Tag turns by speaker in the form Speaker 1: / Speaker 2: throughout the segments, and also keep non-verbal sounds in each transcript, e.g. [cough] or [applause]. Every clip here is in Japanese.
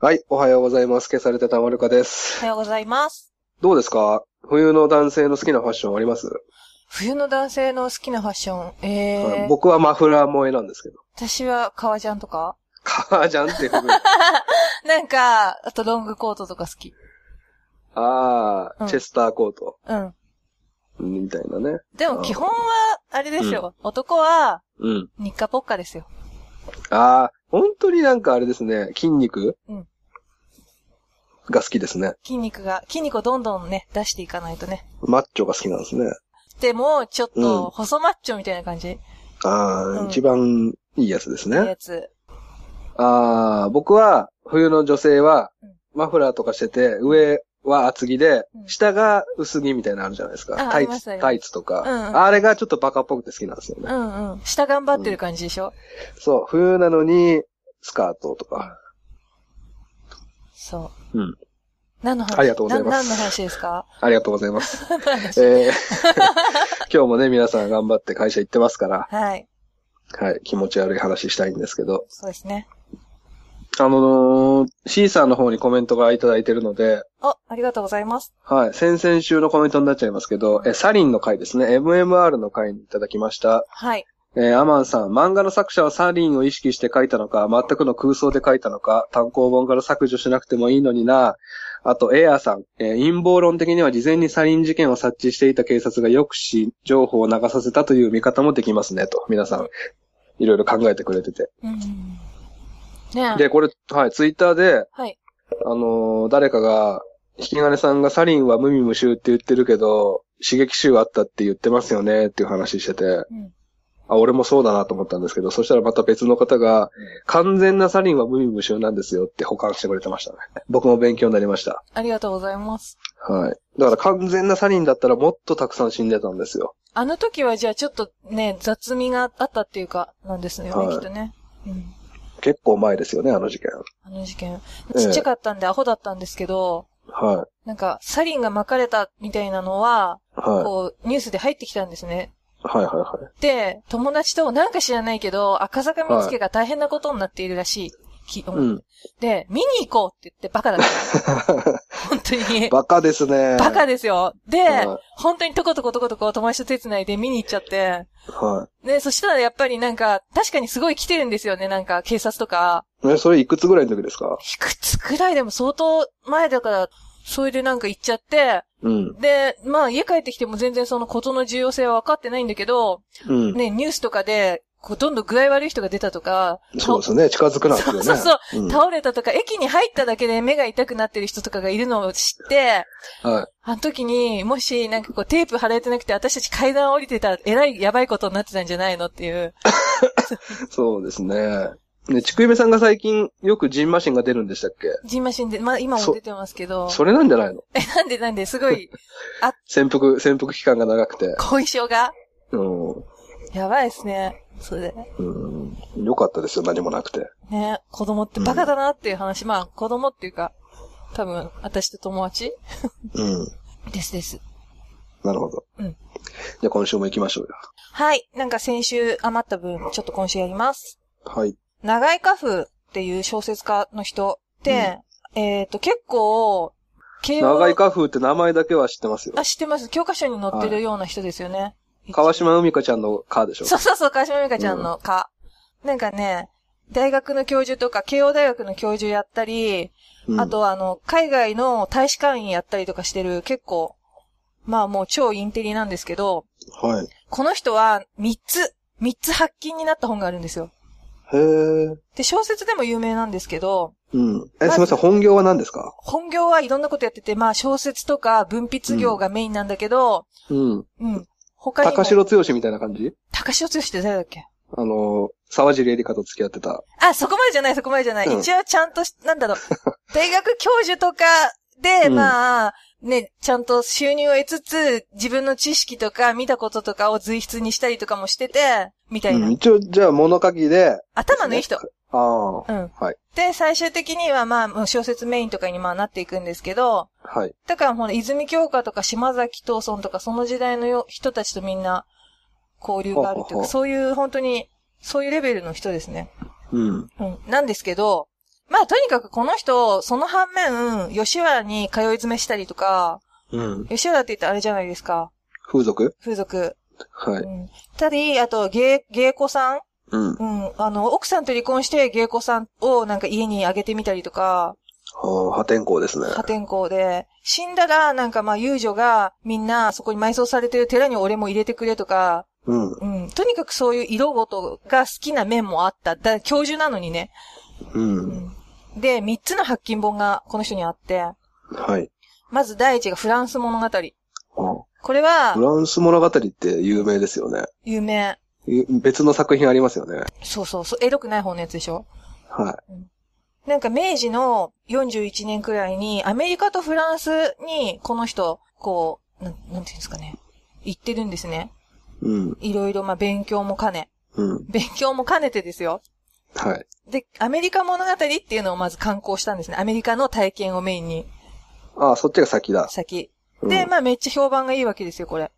Speaker 1: はい、おはようございます。消されてたまるかで
Speaker 2: お
Speaker 1: す
Speaker 2: は。ようございます。
Speaker 1: どうですか冬の男性の好きなファッションあります、
Speaker 2: 冬の男性の好きなファッション。えー
Speaker 1: はい僕はマフラー萌えなんですけど。 [laughs]
Speaker 2: 私は革ジャンとか
Speaker 1: 革ジャンって
Speaker 2: [laughs]
Speaker 1: 服。
Speaker 2: なんか、あとロングコートとか好き。
Speaker 1: あ
Speaker 2: う
Speaker 1: あ、
Speaker 2: ん
Speaker 1: チェスターコート。
Speaker 2: うん。
Speaker 1: みたいなね。
Speaker 2: でも基本は、あれですよ。男は、
Speaker 1: うん。
Speaker 2: 日課ポッカですよ。
Speaker 1: ああ、本当になんかあれですね、筋肉、
Speaker 2: うん
Speaker 1: が好きですね。
Speaker 2: 筋肉が、筋肉をどんどんね、出していかないとね。
Speaker 1: マッチョが好きなんですね。
Speaker 2: でも、ちょっ
Speaker 1: うん
Speaker 2: と、細マッチョみたいな感じ、
Speaker 1: ああ、
Speaker 2: うん
Speaker 1: 一番いいやつです
Speaker 2: の
Speaker 1: ね
Speaker 2: や。つ。
Speaker 1: ああ、僕は、冬の女性は
Speaker 2: うん、
Speaker 1: マフラーとかしてて、上は厚着で
Speaker 2: う、ん
Speaker 1: 下が薄着みたいなのあるじゃないですか。
Speaker 2: あ
Speaker 1: タイ
Speaker 2: ありますあ
Speaker 1: ツ、
Speaker 2: ります
Speaker 1: タイツと
Speaker 2: うんう
Speaker 1: か。
Speaker 2: ん
Speaker 1: あれがちょっとバカっぽくて好きなんですよ
Speaker 2: う
Speaker 1: ね。
Speaker 2: んうん。下頑張ってる感じでしょ、
Speaker 1: そう、冬なのに、スカートとか。
Speaker 2: そう。
Speaker 1: うん。
Speaker 2: 何の話
Speaker 1: ありがとうございます
Speaker 2: な何の話ですか
Speaker 1: ありがとうございます。
Speaker 2: [laughs]
Speaker 1: えー今日もね、皆さん頑張って会社行ってますから、
Speaker 2: はい。
Speaker 1: はい、気持ち悪い話したいんですけど、
Speaker 2: そうですね。
Speaker 1: あのー、C さんの方にコメントがいただいてるので、
Speaker 2: あ、ありがとうございます。
Speaker 1: はい、先々週のコメントになっちゃいますけど、え、サリンの回ですね、MMR の回にいただきました。
Speaker 2: はい。
Speaker 1: えーアマンさん、漫画の作者はサリンを意識して書いたのか、全くの空想で書いたのか、単行本から削除しなくてもいいのにな。あと、エアーさん、えー陰謀論的には事前にサリン事件を察知していた警察が抑止情報を流させたという見方もできますね、と。皆さん、いろいろ考えてくれてて。
Speaker 2: うん。ねえ。
Speaker 1: で、これ、はい、ツイッターで、
Speaker 2: はい。
Speaker 1: あのー誰かが、引き金さんがサリンは無味無臭って言ってるけど、刺激臭あったって言ってますよねっていう話してて、
Speaker 2: うん。
Speaker 1: あ、俺もそうだなと思ったんですけど、そしたらまた別の方が、完全なサリンは無味無臭なんですよって保管してくれてましたね。僕も勉強になりました。
Speaker 2: ありがとうございます。
Speaker 1: はい。だから完全なサリンだったらもっとたくさん死んでたんですよ。
Speaker 2: あの時はじゃあちょっとね、雑味があったっていうか、なんですよね、
Speaker 1: はい
Speaker 2: きっとね。うん。
Speaker 1: 結構前ですよね、あの事件。
Speaker 2: あの事件。
Speaker 1: ええ
Speaker 2: ちっちゃかったんでアホだったんですけど、
Speaker 1: はい。
Speaker 2: なんか、サリンが巻かれたみたいなのは、
Speaker 1: はい。
Speaker 2: こう、ニュースで入ってきたんですね。
Speaker 1: はいはいはい。
Speaker 2: で、友達となんか知らないけど、赤坂見つけが大変なことになっているらしい。き
Speaker 1: うん。 [laughs]
Speaker 2: で、見に行こうって言ってバカだった。本当に。
Speaker 1: バカですね。
Speaker 2: バカ
Speaker 1: で。
Speaker 2: ですよ。で
Speaker 1: はい、
Speaker 2: 本当にとことことことこ友達と手繋いで見に行っちゃって。
Speaker 1: は
Speaker 2: で、そしたらやっぱりなんか、確かにすごい来てるんですよね、なんか警察とか。
Speaker 1: い。ね、それいくつぐらいの時ですか
Speaker 2: いくつくらいでも相当前だから、それでなんか行っちゃって、
Speaker 1: うん。
Speaker 2: で、まあ家帰ってきても全然そのことの重要性は分かってないんだけど、
Speaker 1: うん。
Speaker 2: ね、ニュースとかで、こうどんどん具合悪い人が出たとか、
Speaker 1: そうですね。近づくなってね。
Speaker 2: そうそう
Speaker 1: う
Speaker 2: た
Speaker 1: ん
Speaker 2: 倒れたとか、駅に入っただけで目が痛くなってる人とかがいるのを知って、
Speaker 1: はい。
Speaker 2: あの時に、もしなんかこうテープ貼られてなくて私たち階段降りてたら、えらいやばいことになってたんじゃないのっていう。
Speaker 1: そうですね。ね、ちくゆめさんが最近よくジンマシンが出るんでしたっけ
Speaker 2: ジンマシンで、まあ今も出てますけど、
Speaker 1: それなんじゃないの
Speaker 2: なんでなんで、すごい、
Speaker 1: 潜伏、潜伏期間が長くて。
Speaker 2: 後遺症が、
Speaker 1: うん。
Speaker 2: やばいですね。それで。
Speaker 1: うん。よかったですよ、何もなくて。
Speaker 2: ね、子供ってバカだなっていう話、まあ子供っていうか、多分私と友達
Speaker 1: うん。
Speaker 2: ですです。
Speaker 1: なるほど。
Speaker 2: うん
Speaker 1: じゃあ今週も行きましょうよ。
Speaker 2: はい。なんか先週余った分、ちょっと今週やります。
Speaker 1: はい。
Speaker 2: 長井家風っていう小説家の人って、えっ、と結構、慶応
Speaker 1: 長井花風って名前だけは知ってますよ。
Speaker 2: あ、知ってます。教科書に載ってるような人ですよね。
Speaker 1: 川島海香ちゃんの花でしょ
Speaker 2: そうそうそう、川島美香ちゃんの家。なんかね、大学の教授とか、慶応大学の教授やったり、
Speaker 1: うん
Speaker 2: あとは、あの、海外の大使館員やったりとかしてる、結構、まあもう超インテリなんですけど、
Speaker 1: はい。
Speaker 2: この人は3つ、3つ発禁になった本があるんですよ。
Speaker 1: へえ。
Speaker 2: で、小説でも有名なんですけど、
Speaker 1: うん。え、
Speaker 2: まず
Speaker 1: すみません、本業は何ですか
Speaker 2: 本業はいろんなことやってて、まあ小説とか文筆業がメインなんだけど、
Speaker 1: うん。
Speaker 2: うん。他にも。
Speaker 1: 高城剛みたいな感じ
Speaker 2: 高城剛って誰だっけ
Speaker 1: あの、沢尻エリカと付き合ってた。
Speaker 2: あ、そこまでじゃない、そこまでじゃない。
Speaker 1: うん
Speaker 2: 一応ちゃんとし、な
Speaker 1: [laughs]
Speaker 2: んだろう、大学教授とかで、
Speaker 1: うん
Speaker 2: まあ、ね、ちゃんと収入を得つつ、自分の知識とか見たこととかを随筆にしたりとかもしてて、みたいな。
Speaker 1: うん。一応、じゃあ物書きで、
Speaker 2: 頭のいい人。
Speaker 1: ああ。は
Speaker 2: うん。
Speaker 1: い。
Speaker 2: で、最終的にはまあ、もう小説メインとかにまあなっていくんですけど、
Speaker 1: はい。
Speaker 2: だからほら、泉京香とか島崎藤村とか、その時代のよ人たちとみんな交流があると
Speaker 1: ほうほう
Speaker 2: いう
Speaker 1: ほう
Speaker 2: か、そういう本当に、そういうレベルの人ですね。
Speaker 1: うん。
Speaker 2: うん。なんですけど、まあ、とにかくこの人、その反面、吉原に通い詰めしたりとか、
Speaker 1: うん。
Speaker 2: 吉原って言ったらあれじゃないですか。
Speaker 1: 風俗
Speaker 2: 風俗。
Speaker 1: は
Speaker 2: う
Speaker 1: い。
Speaker 2: ん。たり、あと、芸、芸妓さん
Speaker 1: うん。
Speaker 2: うん。あの、奥さんと離婚して芸妓さんをなんか家にあげてみたりとか、
Speaker 1: ああ、破天荒ですね。
Speaker 2: 破天荒で、死んだらなんかまあ遊女がみんなそこに埋葬されてる寺に俺も入れてくれとか、
Speaker 1: うん。
Speaker 2: うん。とにかくそういう色ごとが好きな面もあった。だ、教授なのにね。
Speaker 1: う。
Speaker 2: うんん。で、三つの発禁本がこの人にあって、
Speaker 1: はい。
Speaker 2: まず第一がフランス物語。
Speaker 1: あ
Speaker 2: これは
Speaker 1: フ、ランス物語って有名ですよね。
Speaker 2: 有名。
Speaker 1: ゆ別の作品ありますよね。
Speaker 2: そうそうそう、エロくない方のやつでしょ
Speaker 1: は
Speaker 2: なんか明治の41年くらいに、アメリカとフランスに、この人、こう、なん、なんていうんですかね。行ってるんですね。
Speaker 1: い。うん。
Speaker 2: いろいろ、まあ、勉強も兼ね。
Speaker 1: うん。
Speaker 2: 勉強も兼ねてですよ。
Speaker 1: はい。
Speaker 2: で、アメリカ物語っていうのをまず観光したんですね。アメリカの体験をメインに、
Speaker 1: ああ、そっちが先だ。
Speaker 2: 先。
Speaker 1: うん
Speaker 2: で、まあ、めっちゃ評判がいいわけですよ、これ。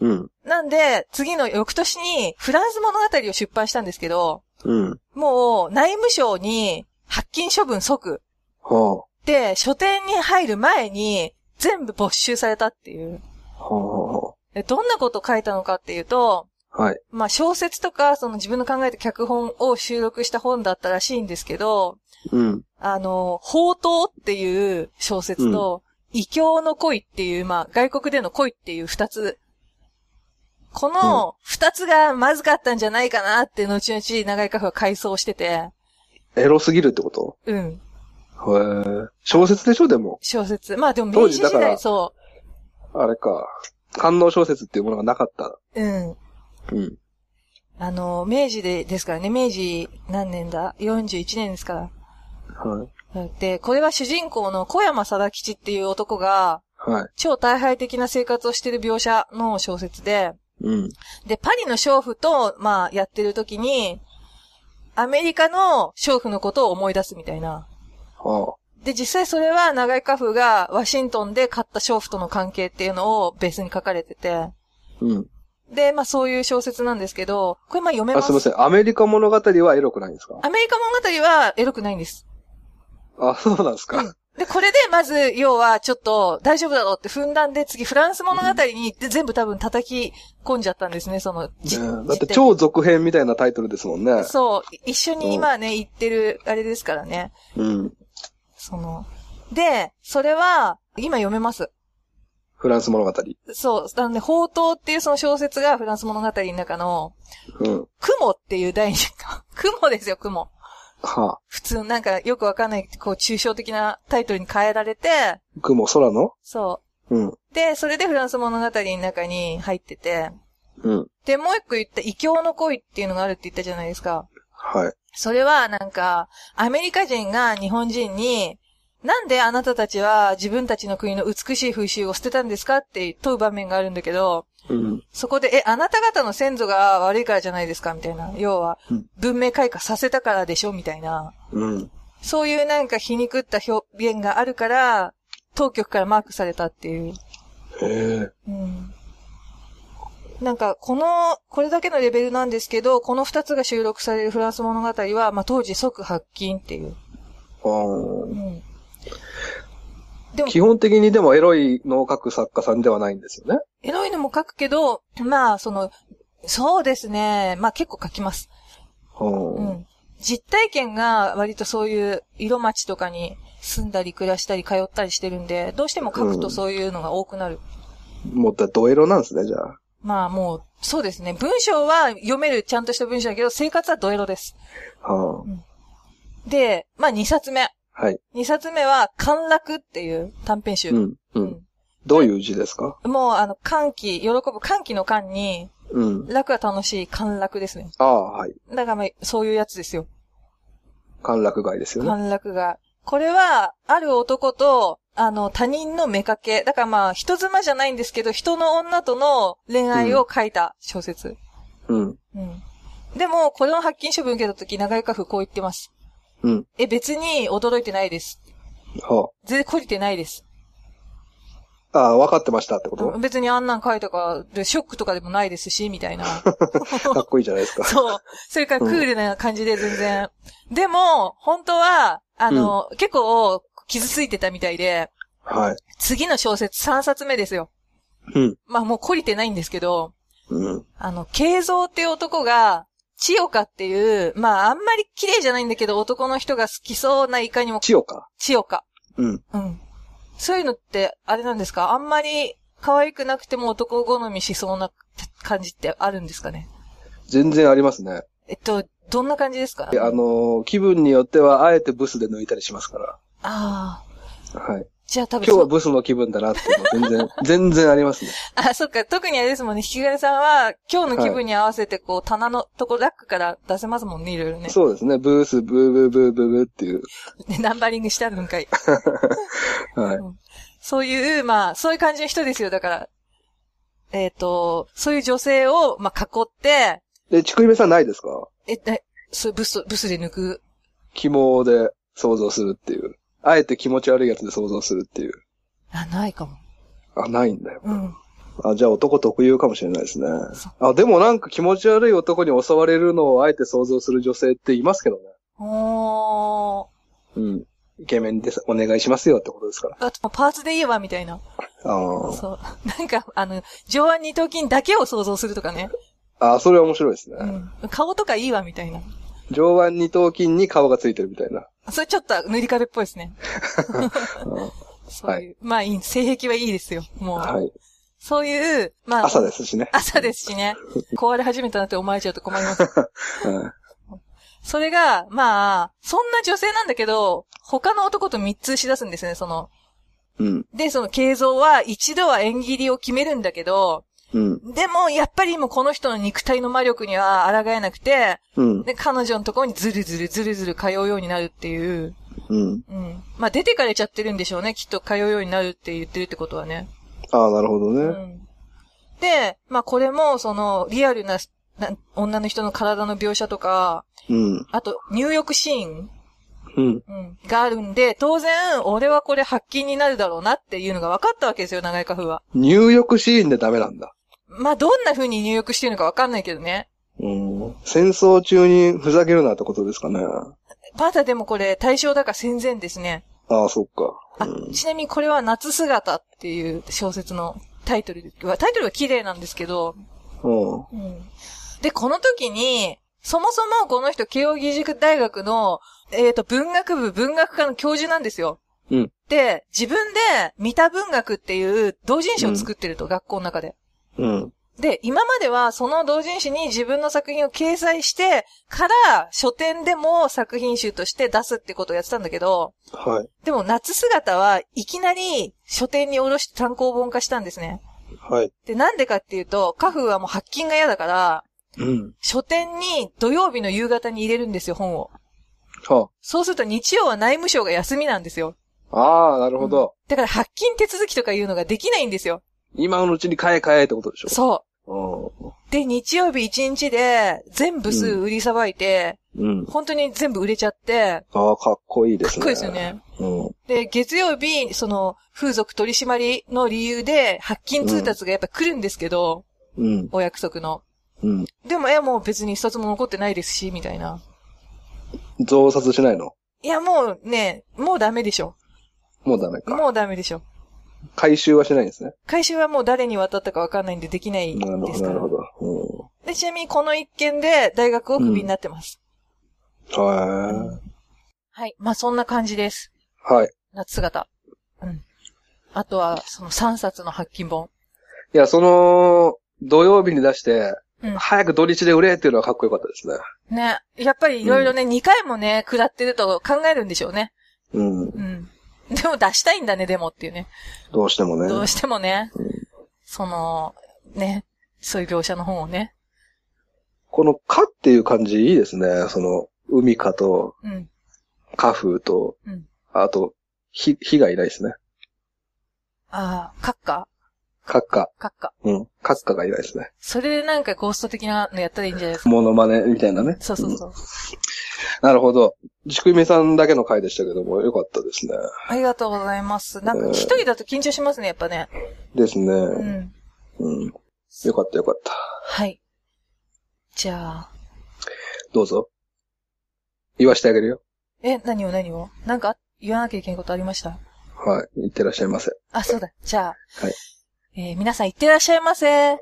Speaker 1: うん。
Speaker 2: なんで、次の翌年に、フランス物語を出版したんですけど、
Speaker 1: うん。
Speaker 2: もう、内務省に、発禁処分即。
Speaker 1: は
Speaker 2: で、書店に入る前に、全部没収されたっていう。
Speaker 1: あ。はあは
Speaker 2: でどんなことを書いたのかっていうと、
Speaker 1: あ。はい。
Speaker 2: まあ小説とか、その自分の考えた脚本を収録した本だったらしいんですけど、
Speaker 1: うん。
Speaker 2: あの、宝刀っていう小説と、異教の恋っていう、まあ外国での恋っていう二つ。この二つがまずかったんじゃないかなって、後々長井カフは回想してて、
Speaker 1: エロすぎるってこと
Speaker 2: うん、
Speaker 1: へえ。小説でしょ、でも。
Speaker 2: 小説。まあでも
Speaker 1: 当
Speaker 2: 明治
Speaker 1: 時
Speaker 2: 時
Speaker 1: だから
Speaker 2: 代そ
Speaker 1: あれか。官能小説っていうものがなかった。
Speaker 2: う、うん、
Speaker 1: うん。
Speaker 2: あの、明治で、ですからね、明治何年だ ?41 年ですから。
Speaker 1: はい。
Speaker 2: で、これは主人公の小山貞吉っていう男が、
Speaker 1: はい。
Speaker 2: 超大敗的な生活をしてる描写の小説で、
Speaker 1: うん。
Speaker 2: で、パリの娼婦と、まあ、やってる時に、アメリカの娼婦のことを思い出すみたいな。
Speaker 1: は
Speaker 2: で、実際それは長井家夫がワシントンで買った娼婦との関係っていうのをベースに書かれてて、
Speaker 1: あ。うん。
Speaker 2: で、まあそういう小説なんですけど、これまあ読めま
Speaker 1: あ、
Speaker 2: す。
Speaker 1: すいません。アメリカ物語はエロくないんですか
Speaker 2: アメリカ物語はエロくないんです。
Speaker 1: あ、そうなんですか。
Speaker 2: で、これでまず、要はちょっと大丈夫だろうって踏んだんで、次フランス物語にで全部多分叩き込んじゃったんですね、その、じ
Speaker 1: ねだって
Speaker 2: 実体
Speaker 1: 超続編みたいなタイトルですもんね。
Speaker 2: そう、い一緒に今ね、言ってる、あれですからね。
Speaker 1: うん。
Speaker 2: その、で、それは、今読めます。
Speaker 1: フランス物語。
Speaker 2: そう、なので、宝刀っていうその小説がフランス物語の中の、
Speaker 1: うん。
Speaker 2: 雲っていう第二巻。 [laughs] 雲ですよ、雲。
Speaker 1: は
Speaker 2: 普通、なんかよくわかんない、こう、抽象的なタイトルに変えられて、
Speaker 1: あ。雲、空の
Speaker 2: そ
Speaker 1: うん。
Speaker 2: う。で、それでフランス物語の中に入ってて、
Speaker 1: うん。
Speaker 2: で、もう一個言った、異教の恋っていうのがあるって言ったじゃないですか。
Speaker 1: はい。
Speaker 2: それはなんか、アメリカ人が日本人に、なんであなたたちは自分たちの国の美しい風習を捨てたんですかって問う場面があるんだけど、
Speaker 1: うん。
Speaker 2: そこで、え、あなた方の先祖が悪いからじゃないですかみたいな。要は
Speaker 1: うん、
Speaker 2: 文明開化させたからでしょみたいな。
Speaker 1: うん。
Speaker 2: そういうなんか皮肉った表現があるから、当局からマークされたっていう。
Speaker 1: へえ。
Speaker 2: うんなんか、この、これだけのレベルなんですけど、この二つが収録されるフランス物語は、まあ、当時即発禁っていう。
Speaker 1: あー
Speaker 2: うん。でも、
Speaker 1: 基本的にでもエロいのを書く作家さんではないんですよね。
Speaker 2: エロいのも書くけど、まあ、その、そうですね。まあ、結構書きます。う
Speaker 1: うん。
Speaker 2: ん。実体験が割とそういう色町とかに住んだり暮らしたり通ったりしてるんで、どうしても書くとそういうのが多くなる。
Speaker 1: もうだ、ドエロなんですね、じゃあ。
Speaker 2: まあ、もう、そうですね。文章は読めるちゃんとした文章だけど、生活はドエロです。
Speaker 1: は
Speaker 2: で、まあ2冊目。
Speaker 1: あ。はい。
Speaker 2: 2冊目は、陥落っていう短編集。
Speaker 1: うん。う。
Speaker 2: うん
Speaker 1: どういう字ですか
Speaker 2: もう、あの、歓喜、喜ぶ歓喜の歓に、
Speaker 1: うん。
Speaker 2: 楽は楽しい、陥落ですね。
Speaker 1: ああ、はい。
Speaker 2: だからまあ、そういうやつですよ。
Speaker 1: 歓楽街ですよね。
Speaker 2: 陥落が。これは、ある男と、あの、他人の目かけ。だからまあ、人妻じゃないんですけど、人の女との恋愛を書いた小説。
Speaker 1: うん。
Speaker 2: うん。でも、これの発禁処分受けた時、長井家夫こう言ってます。
Speaker 1: うん。
Speaker 2: え、別に驚いてないです。
Speaker 1: は
Speaker 2: 全然懲りてないです。
Speaker 1: あ。ああ、分かってましたってこと
Speaker 2: 別にあんなん書いたから、でショックとかでもないですし、みたいな。
Speaker 1: かっこいいじゃないですか。
Speaker 2: そう。それからクールな感じで全然。でも、本当は、あの、結構、傷ついてたみたいで、
Speaker 1: はい。
Speaker 2: 次の小説3冊目ですよ。
Speaker 1: うん。
Speaker 2: まあもう懲りてないんですけど、
Speaker 1: うん。
Speaker 2: あの、慶三っていう男が、千代かっていう、まああんまり綺麗じゃないんだけど男の人が好きそうないかにも
Speaker 1: 千代か。
Speaker 2: 千代か。
Speaker 1: うん。
Speaker 2: うん。そういうのって、あれなんですかあんまり可愛くなくても男好みしそうな感じってあるんですかね
Speaker 1: 全然ありますね。
Speaker 2: えっと、どんな感じですか
Speaker 1: いやあのー気分によっては、あえてブスで抜いたりしますか
Speaker 2: ああ。
Speaker 1: ら。はい。
Speaker 2: じゃあ
Speaker 1: 今
Speaker 2: 多分
Speaker 1: 日
Speaker 2: そ
Speaker 1: はブスの気分だなっていうのは
Speaker 2: [laughs]
Speaker 1: 全然、全然ありますね。
Speaker 2: あ、そっか。特にあれですもんね。引き金さんは、今日の気分に合わせて、こう、棚のとこ、ラックから出せますもんね、いろいろね。
Speaker 1: そうですね。ブース、ブーブーブーブーブーっていう。
Speaker 2: ねナンバリングしてあるんかい。
Speaker 1: はい。
Speaker 2: そういう、まあ、そういう感じの人ですよ。だから、えっ、と、そういう女性を、まあ、囲って、
Speaker 1: で、ちくいめさんないですか
Speaker 2: え、え、そう、ブス、ブスで抜く。
Speaker 1: 肝で想像するっていう。あえて気持ち悪いやつで想像するっていう。
Speaker 2: あ、ないかも。
Speaker 1: あ、ないんだよ。
Speaker 2: うん。
Speaker 1: あ、じゃあ男特有かもしれないですね。あ、でもなんか気持ち悪い男に襲われるのをあえて想像する女性っていますけどね。
Speaker 2: お
Speaker 1: う
Speaker 2: ー。
Speaker 1: ん。イケメンでお願いしますよってことですから。
Speaker 2: あと、パーツで言えば、みたいな。
Speaker 1: あー
Speaker 2: そう。 [laughs] なんか、あの、上腕二頭筋だけを想像するとかね。
Speaker 1: あー、それは面白いですね。
Speaker 2: うん。顔とかいいわ、みたいな。
Speaker 1: 上腕二頭筋に顔がついてるみたいな。
Speaker 2: それちょっと塗り壁っぽいで
Speaker 1: [laughs]
Speaker 2: すね。そういう、
Speaker 1: はい
Speaker 2: まあいい、性癖はいいですよ。もう、
Speaker 1: はい。
Speaker 2: そういう、まあ、
Speaker 1: 朝ですしね。
Speaker 2: 朝ですしね。壊れ始めたなって思われちゃうと困
Speaker 1: [laughs]
Speaker 2: ります。
Speaker 1: うん
Speaker 2: それが、まあ、そんな女性なんだけど、他の男と密通し出すんですね、その。
Speaker 1: うん。
Speaker 2: で、その、慶三は一度は縁切りを決めるんだけど、
Speaker 1: うん。
Speaker 2: でも、やっぱりもうこの人の肉体の魔力には抗えなくて、
Speaker 1: うん。
Speaker 2: で、彼女のところにずるずるずるずる通うようになるっていう。
Speaker 1: うん。
Speaker 2: うん。まあ、出てかれちゃってるんでしょうね。きっと通うようになるって言ってるってことはね。
Speaker 1: ああ、なるほどね。
Speaker 2: うん。で、まあ、これも、その、リアルな、な女の人の体の描写とか、
Speaker 1: うん。
Speaker 2: あと、入浴シーン、
Speaker 1: うん。
Speaker 2: うん、があるんで、当然、俺はこれ発禁になるだろうなっていうのが分かったわけですよ、長井花風は。
Speaker 1: 入浴シーンでダメなんだ。
Speaker 2: まあ、どんな風に入浴してるのか分かんないけどね。
Speaker 1: うん。戦争中にふざけるなってことですかね。
Speaker 2: まだでもこれ、対象だから戦前ですね。
Speaker 1: ああ、そっか。
Speaker 2: あ、ちなみにこれは夏姿っていう小説のタイトルは、タイトルは綺麗なんですけど、
Speaker 1: うん。
Speaker 2: で、この時に、そもそもこの人、慶応義塾大学の、えっ、と、文学部文学科の教授なんですよ。
Speaker 1: うん
Speaker 2: で、自分で、三田文学っていう同人誌を作ってると、学校の中で。
Speaker 1: うん。
Speaker 2: で、今まではその同人誌に自分の作品を掲載してから、書店でも作品集として出すってことをやってたんだけど、
Speaker 1: はい。
Speaker 2: でも夏姿はいきなり書店に下ろして単行本化したんですね。
Speaker 1: はい。
Speaker 2: で、なんでかっていうと、カフーはもう発禁が嫌だから、
Speaker 1: うん。
Speaker 2: 書店に土曜日の夕方に入れるんですよ、本を。
Speaker 1: は
Speaker 2: そうすると日曜は内務省が休みなんですよ。
Speaker 1: あ。ああ、なるほど。
Speaker 2: だから発禁手続きとかいうのができないんですよ。
Speaker 1: 今のうちに買え買えってことでしょ。
Speaker 2: そうう。で、日曜日一日で全部数売りさばいて、
Speaker 1: ん。うん。
Speaker 2: 本当に全部売れちゃって、
Speaker 1: ああ、かっこいいで
Speaker 2: かっ
Speaker 1: すね。
Speaker 2: こいいですよ。ね。
Speaker 1: うん。
Speaker 2: で、月曜日、その、風俗取締りの理由で、発禁通達がやっぱ来るんですけど、
Speaker 1: うん。
Speaker 2: お約束の。
Speaker 1: うん。
Speaker 2: でも、いや、もう別に一つも残ってないですし、みたいな。
Speaker 1: 増殺しないの
Speaker 2: いや、もうね、もうダメでしょ。
Speaker 1: もうダメか。
Speaker 2: もうダメでしょ。
Speaker 1: 回収はしないんですね。
Speaker 2: 回収はもう誰に渡ったかわかんないんでできない
Speaker 1: なる
Speaker 2: で
Speaker 1: ほ
Speaker 2: す
Speaker 1: ど、な
Speaker 2: か
Speaker 1: る
Speaker 2: ら
Speaker 1: ほ。ど。
Speaker 2: でちなみにこの一件で大学をクビになってます。
Speaker 1: うん。は
Speaker 2: はい。まあそんな感じです。
Speaker 1: い。はい。
Speaker 2: 夏姿。うん。あとは、その3冊の発禁本。
Speaker 1: いや、その、土曜日に出して、
Speaker 2: うん
Speaker 1: 早く土日で売れっていうのはかっこよかったですね。
Speaker 2: ね。やっぱりいろいろね、2回もね、下ってると考えるんでしょうね。
Speaker 1: うん。
Speaker 2: うん。でも出したいんだね、でもっていうね。
Speaker 1: どうしてもね。
Speaker 2: どうしてもね。その、ね。そういう描写の本をね。
Speaker 1: この、かっていう感じいいですね。その、海かと、
Speaker 2: うん。
Speaker 1: 花風と、
Speaker 2: うん
Speaker 1: あと、ひ、火がいないですね。
Speaker 2: ああ、カッカ
Speaker 1: カッカ。
Speaker 2: カッカ。
Speaker 1: うん。カッカがいないですね。
Speaker 2: それでなんかゴースト的なのやったらいいんじゃないですか。
Speaker 1: モノマネみたいなね。
Speaker 2: そうそうそう。
Speaker 1: なるほど。ちくみさんだけの回でしたけども、よかったですね。
Speaker 2: ありがとうございます。なんか一人だと緊張しますね、やっぱね。
Speaker 1: ですね。
Speaker 2: う。
Speaker 1: うんん。よかったよかった。
Speaker 2: はい。じゃあ、
Speaker 1: どうぞ。言わしてあげるよ。
Speaker 2: え、何を何をなんか言わなきゃいけないことありました
Speaker 1: はい。いってらっしゃいませ。
Speaker 2: あ、そうだ。じゃあ。
Speaker 1: はい
Speaker 2: えー皆さんいってらっしゃいませ。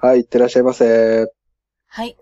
Speaker 1: はい、いってらっしゃいませ。
Speaker 2: はい。